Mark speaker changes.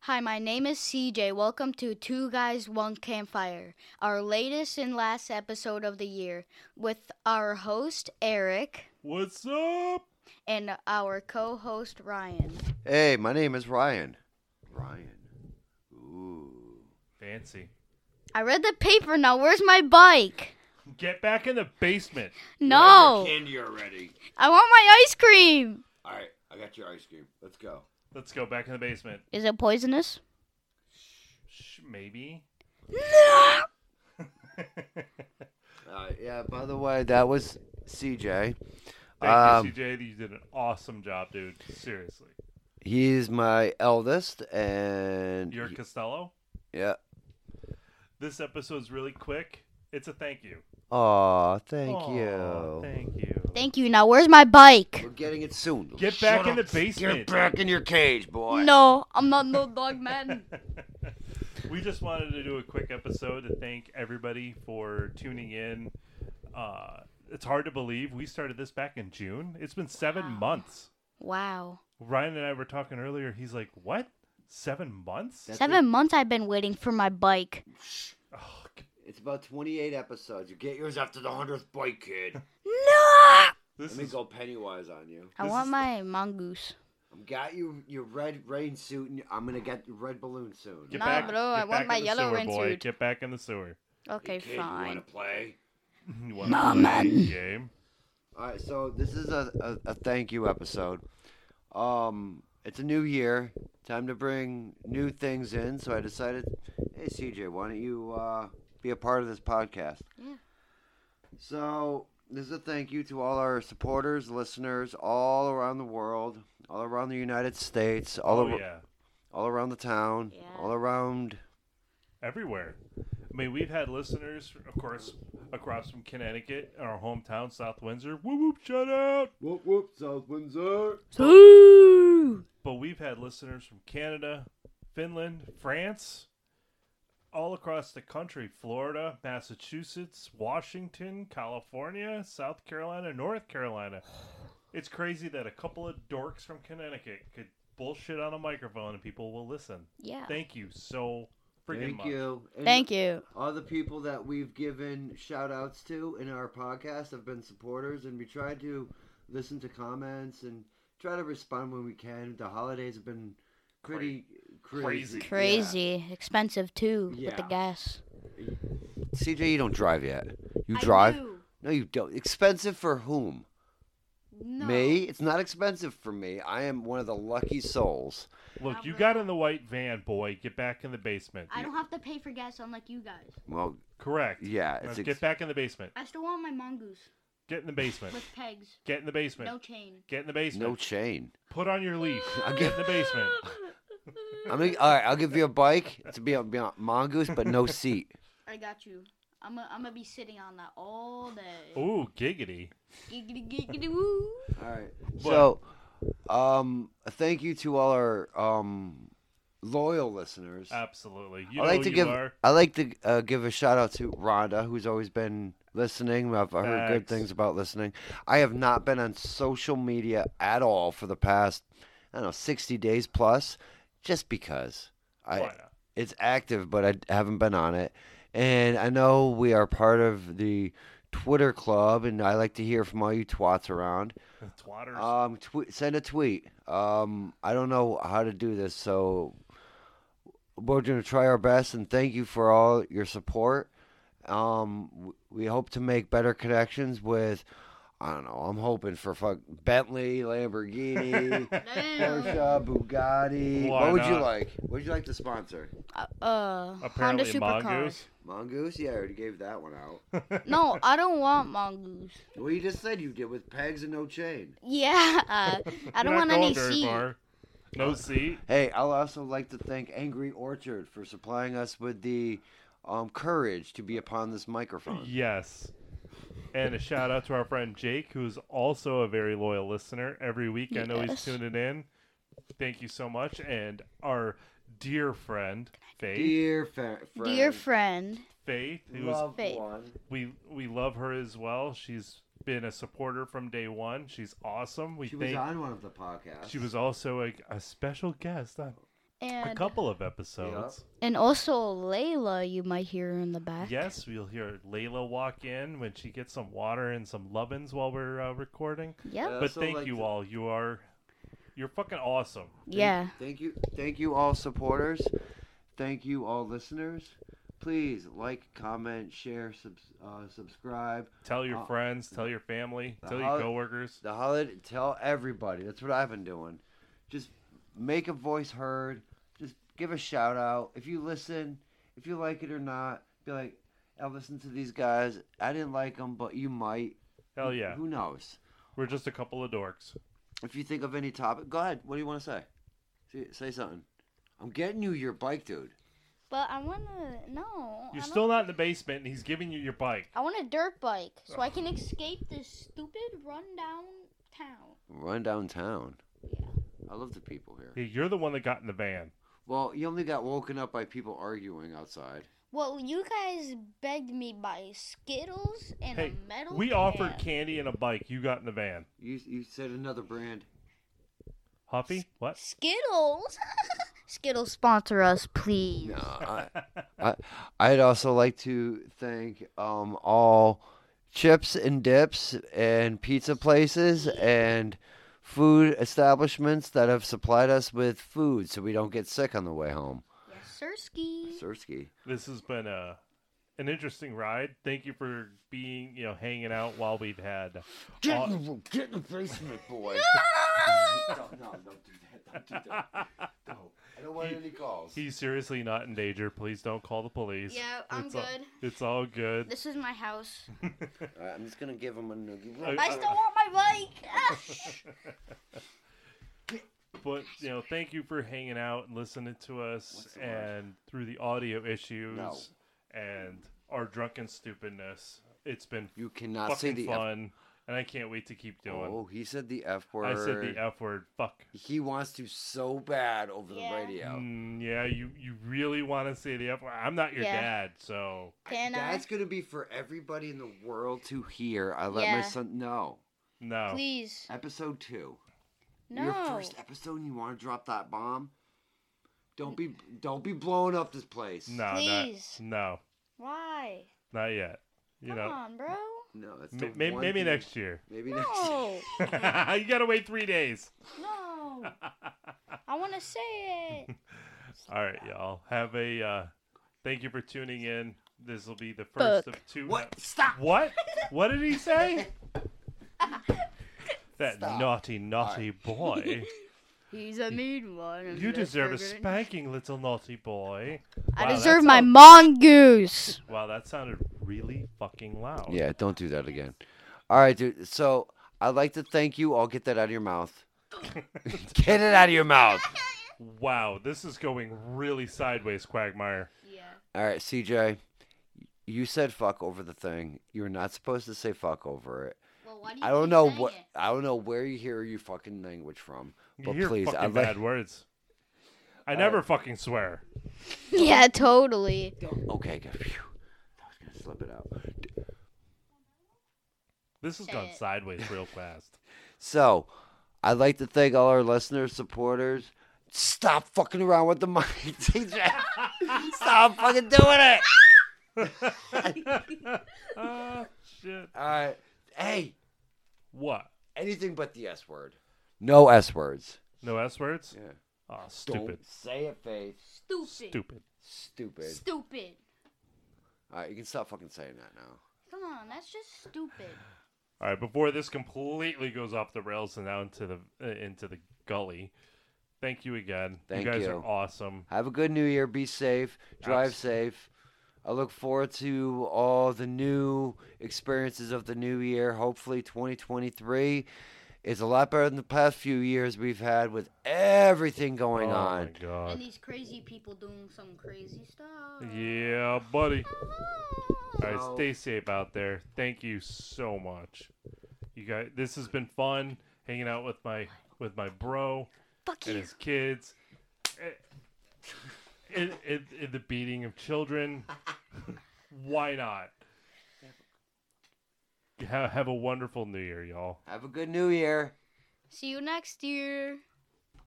Speaker 1: Hi, my name is CJ. Welcome to Two Guys One Campfire, our latest and last episode of the year, with our host Eric
Speaker 2: What's up?
Speaker 1: and our co-host Ryan.
Speaker 3: Hey, my name is Ryan. Ryan. Ooh.
Speaker 2: Fancy.
Speaker 1: I read the paper. Now, where's my bike?
Speaker 2: Get back in the basement.
Speaker 1: No,
Speaker 3: Where's your Candy already.
Speaker 1: I want my ice cream.
Speaker 3: All right, I got your ice cream. Let's go.
Speaker 2: Let's go back in the basement.
Speaker 1: Is it poisonous?
Speaker 2: Shh, maybe.
Speaker 1: No.
Speaker 3: Uh, yeah. By the way, that was CJ.
Speaker 2: Thank
Speaker 3: Um,
Speaker 2: you, CJ. You did an awesome job, dude. Seriously.
Speaker 3: He's my eldest, and
Speaker 2: You're Costello.
Speaker 3: yeah.
Speaker 2: This episode's really quick. It's a thank you.
Speaker 3: Aw, thank
Speaker 2: Aw,
Speaker 3: you.
Speaker 2: Thank you.
Speaker 1: Thank you. Now, where's my bike?
Speaker 3: We're getting it soon.
Speaker 2: Get
Speaker 3: Shut
Speaker 2: back in
Speaker 3: up.
Speaker 2: the basement.
Speaker 3: Get back in your cage, boy.
Speaker 1: No, I'm not no dog man.
Speaker 2: we just wanted to do a quick episode to thank everybody for tuning in. Uh, it's hard to believe we started this back in June. It's been seven months.
Speaker 1: Wow,
Speaker 2: Ryan and I were talking earlier. He's like, "What? Seven months?
Speaker 3: That's
Speaker 1: seven months I've been waiting for my bike.
Speaker 2: Oh, g-
Speaker 3: It's about 28 episodes. You get yours after the 100th bite, kid.
Speaker 1: No.
Speaker 2: this
Speaker 3: Let me
Speaker 2: is
Speaker 3: go Pennywise on you.
Speaker 1: I
Speaker 2: This
Speaker 1: want
Speaker 2: is-
Speaker 1: my mongoose.
Speaker 3: I'm got you your red rain suit, and I'm gonna get your red balloon soon.
Speaker 2: get
Speaker 1: Nah,
Speaker 2: back,
Speaker 1: bro, I
Speaker 2: get
Speaker 1: want
Speaker 2: back
Speaker 1: my
Speaker 2: in the
Speaker 1: yellow
Speaker 2: sewer,
Speaker 1: rain
Speaker 2: boy.
Speaker 1: suit.
Speaker 2: Get back in the sewer.
Speaker 1: Okay, fine.
Speaker 3: play?
Speaker 2: You wanna
Speaker 1: Mom,
Speaker 2: play the
Speaker 1: man.
Speaker 2: game?
Speaker 3: All right, so this is a, a, a thank you episode. Um, it's a new year, time to bring new things in. So I decided, hey CJ, why don't you uh, be a part of this podcast?
Speaker 1: Yeah.
Speaker 3: So this is a thank you to all our supporters, listeners, all around the world, all around the United States, all
Speaker 2: oh
Speaker 3: ar-
Speaker 2: yeah,
Speaker 3: all around the town,
Speaker 1: Yeah.
Speaker 3: all around.
Speaker 2: everywhere. I mean, we've had listeners, of course, across from Connecticut, in our hometown, South Windsor. Whoop whoop! Shout out.
Speaker 3: Whoop whoop, South Windsor.
Speaker 1: Ooh.
Speaker 2: But we've had listeners from Canada, Finland, France, all across the country Florida, Massachusetts, Washington, California, South Carolina, North Carolina. It's crazy that a couple of dorks from Connecticut could bullshit on a microphone and people will listen.
Speaker 1: Yeah.
Speaker 2: Thank you so freaking
Speaker 3: Thank
Speaker 2: much.
Speaker 3: you. And
Speaker 1: Thank you.
Speaker 3: All the people that we've given shout outs to in our podcast have been supporters, and we try to listen to comments and try to respond when we can. The holidays have been pretty
Speaker 2: Crazy.
Speaker 3: crazy.
Speaker 1: Crazy. Expensive too with the
Speaker 3: Yeah.
Speaker 1: gas.
Speaker 3: Yeah. CJ, you don't drive yet. You No, you don't. Expensive for whom?
Speaker 1: No.
Speaker 3: Me? It's not expensive for me. I am one of the lucky souls.
Speaker 2: Look, you got in the white van, boy. Get back in the basement.
Speaker 1: I don't have to pay for gas unlike you guys.
Speaker 3: Well,
Speaker 2: Correct.
Speaker 3: yeah,
Speaker 2: Now
Speaker 3: it's
Speaker 2: get back in the basement.
Speaker 1: I still want my mongoose
Speaker 2: Get in the basement.
Speaker 1: with pegs,
Speaker 2: Get in the basement.
Speaker 1: no chain.
Speaker 2: Get in the
Speaker 3: ex-
Speaker 2: basement.
Speaker 3: no chain.
Speaker 2: Put on your leash.
Speaker 3: I'll
Speaker 2: Get
Speaker 3: give-
Speaker 2: in the basement.
Speaker 3: I'm gonna, all right, I'll give you a bike to be a, be a mongoose, but no seat.
Speaker 1: I got you. I'm gonna I'm gonna be sitting on that all day.
Speaker 2: Ooh, giggity.
Speaker 1: Giggity giggity woo.
Speaker 3: All right.
Speaker 2: But-
Speaker 3: So, um, thank you to all our um, loyal listeners.
Speaker 2: Absolutely. Uh, You
Speaker 3: I
Speaker 2: know
Speaker 3: like
Speaker 2: who
Speaker 3: to
Speaker 2: you
Speaker 3: give
Speaker 2: are.
Speaker 3: I like to uh, give a shout out to Rhonda, who's always been listening. I've heard good
Speaker 2: Facts.
Speaker 3: things about listening. I have not been on social media at all for the past I don't know sixty days plus, just because I
Speaker 2: Why not?
Speaker 3: it's active, but I haven't been on it. And I know we are part of the Twitter club, and I like to hear from all you twats around.
Speaker 2: Twatters.
Speaker 3: Um, tw- send a tweet. Um, I don't know how to do this, so we're gonna try our best. And thank you for all your support. Um, w- we hope to make better connections with. I don't know. I'm hoping for fuck Bentley, Lamborghini, Porsche, Bugatti.
Speaker 2: Why
Speaker 3: what would you
Speaker 2: not?
Speaker 3: like? What would you like to sponsor?
Speaker 1: Uh, uh Honda
Speaker 2: Apparently,
Speaker 1: supercars.
Speaker 2: mongoose.
Speaker 3: Mongoose? Yeah, I already gave that one out.
Speaker 1: No, I don't want mongoose.
Speaker 3: Well, you just said you did with pegs and no chain.
Speaker 1: Yeah, I don't
Speaker 2: You're not
Speaker 1: want any
Speaker 2: going very
Speaker 1: seat.
Speaker 2: far. No seat.
Speaker 3: Hey, I'll also like to thank Angry Orchard for supplying us with the um, courage to be upon this microphone.
Speaker 2: Yes. And a shout out to our friend Jake, who's also a very loyal listener every week. I know he's
Speaker 1: Yes.
Speaker 2: tuning in. Thank you so much. And our dear friend, Faith.
Speaker 3: Dear fa- friend,
Speaker 1: Dear friend,
Speaker 2: Faith, who's
Speaker 3: loved
Speaker 1: Faith.
Speaker 3: one,
Speaker 2: we we love her as well. She's been a supporter from day one. She's awesome. We
Speaker 3: she was
Speaker 2: thank
Speaker 3: on one of the podcasts.
Speaker 2: she was also a, a special guest on a
Speaker 1: And
Speaker 2: couple of episodes.
Speaker 1: and also Layla, you might hear in the back.
Speaker 2: Yes, we'll hear Layla walk in when she gets some water and some lovin's while we're uh, recording.
Speaker 1: Yep.
Speaker 3: Yeah,
Speaker 2: but
Speaker 3: so,
Speaker 2: thank
Speaker 3: like,
Speaker 2: you
Speaker 3: the-
Speaker 2: all. You are, you're fucking awesome.
Speaker 1: yeah.
Speaker 3: Thank you, thank you all supporters. Thank you all listeners. Please like, comment, share, subs- uh, subscribe.
Speaker 2: Tell your
Speaker 3: Uh,
Speaker 2: friends, tell your family,
Speaker 3: the
Speaker 2: tell your
Speaker 3: hol-
Speaker 2: coworkers.
Speaker 3: The holiday. Tell everybody. That's what I've been doing. Just make a voice heard. Just give a shout out. If you listen, if you like it or not, be like, I listened to these guys. I didn't like them, but you might.
Speaker 2: Hell yeah,
Speaker 3: Who knows?
Speaker 2: we're just a couple of dorks.
Speaker 3: If you think of any topic, go ahead. What do you want to say? Say, say something. I'm getting you your bike, dude.
Speaker 1: But I wanna no.
Speaker 2: You're
Speaker 1: I
Speaker 2: still not in the basement, and he's giving you your bike.
Speaker 1: I want a dirt bike so I can escape this stupid rundown town.
Speaker 3: Run downtown.
Speaker 1: Yeah.
Speaker 3: I love the people here.
Speaker 2: Hey, You're the one that got in the van.
Speaker 3: Well, you only got woken up by people arguing outside.
Speaker 1: Well, you guys begged me by Skittles and
Speaker 2: Hey,
Speaker 1: a metal.
Speaker 2: We
Speaker 1: can.
Speaker 2: offered candy and a bike. You got in the van.
Speaker 3: You you said another brand.
Speaker 2: Huffy, what?
Speaker 1: Skittles. Skittles sponsor us, please.
Speaker 3: No, I, I, I'd also like to thank um, all chips and dips and pizza places and food establishments that have supplied us with food so we don't get sick on the way home.
Speaker 1: Yes, Sirski.
Speaker 3: Sirski.
Speaker 2: This has been a an interesting ride. Thank you for being, you know, hanging out while we've had.
Speaker 3: Get
Speaker 2: all-
Speaker 3: in, the, get in the basement, boy.
Speaker 1: Ah!
Speaker 3: no, no, don't do that. Don't do that. No. I don't want
Speaker 2: He-
Speaker 3: any calls.
Speaker 2: He's seriously not in danger. Please don't call the police.
Speaker 1: Yeah, I'm
Speaker 2: It's all-
Speaker 1: good.
Speaker 2: it's all good.
Speaker 1: This is my house.
Speaker 3: All right, I'm just going to give him a noogie.
Speaker 2: I-
Speaker 1: I still want my bike. Ah!
Speaker 2: uh, But you know, thank you for hanging out and listening to us
Speaker 3: What's the word?
Speaker 2: and through the audio issues
Speaker 3: No.
Speaker 2: and our drunken stupidness. It's been
Speaker 3: You cannot say
Speaker 2: fucking
Speaker 3: the F
Speaker 2: fun, and I can't wait to keep doing.
Speaker 3: Oh, he said the F word.
Speaker 2: I said the F word. Fuck.
Speaker 3: He wants to so bad over
Speaker 1: Yeah.
Speaker 3: the radio.
Speaker 2: Mm, yeah, you you really want to say the F word? I'm not your
Speaker 1: Yeah.
Speaker 2: dad, so
Speaker 1: Can
Speaker 3: That's
Speaker 1: I?
Speaker 3: gonna be for everybody in the world to hear. I let
Speaker 1: Yeah.
Speaker 3: my son know.
Speaker 2: no.
Speaker 1: Please.
Speaker 3: Episode two.
Speaker 1: No.
Speaker 3: Your first episode and you wanna drop that bomb? Don't be don't be blowing up this place.
Speaker 2: No, not-
Speaker 1: Please.
Speaker 2: no,
Speaker 1: Why?
Speaker 2: not yet. You
Speaker 1: Come
Speaker 2: know,
Speaker 1: on, bro.
Speaker 3: No, it's
Speaker 2: ma- may- maybe next year.
Speaker 3: Maybe next year.
Speaker 1: No.
Speaker 2: you gotta wait three days.
Speaker 1: No. I want to say it.
Speaker 2: All right, y'all. Have a uh, thank you for tuning in. This will be the first
Speaker 1: Fuck.
Speaker 2: of two.
Speaker 3: What? Stop.
Speaker 2: What? What did he say? that
Speaker 3: Stop.
Speaker 2: naughty, naughty boy.
Speaker 1: He's a mean one.
Speaker 2: You deserve a spanking, little naughty boy. Wow,
Speaker 1: I
Speaker 2: that
Speaker 1: deserve my
Speaker 2: sound-
Speaker 1: mongoose.
Speaker 2: Wow, that sounded really fucking loud.
Speaker 3: Yeah, don't do that again. All right, dude. So I'd like to thank you. I'll get that out of your mouth. get it out of your mouth.
Speaker 2: Wow, this is going really sideways, Quagmire.
Speaker 1: Yeah.
Speaker 3: All right, CJ. You said fuck over the thing. You're not supposed to say fuck over it.
Speaker 1: Well, why do
Speaker 3: I don't know what I don't know where you hear your fucking language from,
Speaker 2: You
Speaker 3: but
Speaker 2: hear
Speaker 3: please,
Speaker 2: fucking
Speaker 3: I'd like.
Speaker 2: bad words. I never fucking swear.
Speaker 1: Yeah, totally.
Speaker 3: Okay, good. Phew. I was gonna slip it out.
Speaker 2: This has
Speaker 1: Say
Speaker 2: gone
Speaker 1: it.
Speaker 2: sideways real fast.
Speaker 3: So, I'd like to thank all our listeners, supporters. Stop fucking around with the mic, TJ. Stop fucking doing it.
Speaker 2: Ah, shit.
Speaker 3: All right. Hey,
Speaker 2: What?
Speaker 3: anything but the S word. No S words.
Speaker 2: No S words?
Speaker 3: Yeah.
Speaker 2: Oh, stupid.
Speaker 3: Don't say it, Faith.
Speaker 1: Stupid.
Speaker 2: Stupid.
Speaker 3: Stupid.
Speaker 1: Stupid.
Speaker 3: All right, you can stop fucking saying that now.
Speaker 1: Come on, that's just stupid.
Speaker 2: All right, before this completely goes off the rails and out into the uh, into the gully. Thank you again.
Speaker 3: Thank
Speaker 2: you guys
Speaker 3: you.
Speaker 2: are awesome.
Speaker 3: Have a good New Year. Be safe. Drive
Speaker 2: Abs-
Speaker 3: safe. I look forward to all the new experiences of the new year. Hopefully, 2023 is a lot better than the past few years we've had with everything going
Speaker 2: oh
Speaker 3: on.
Speaker 2: my god.
Speaker 1: And these crazy people doing some crazy stuff. Uh-huh.
Speaker 2: Yeah, buddy. All right,
Speaker 3: So-
Speaker 2: stay safe out there. Thank you so much. You guys, this has been fun hanging out with my with my bro
Speaker 1: Fuck
Speaker 2: and
Speaker 1: you.
Speaker 2: his kids. eh, In, in, in the beating of children. Why not? Have, have a wonderful new year, y'all.
Speaker 3: Have a good New Year.
Speaker 1: See you next year.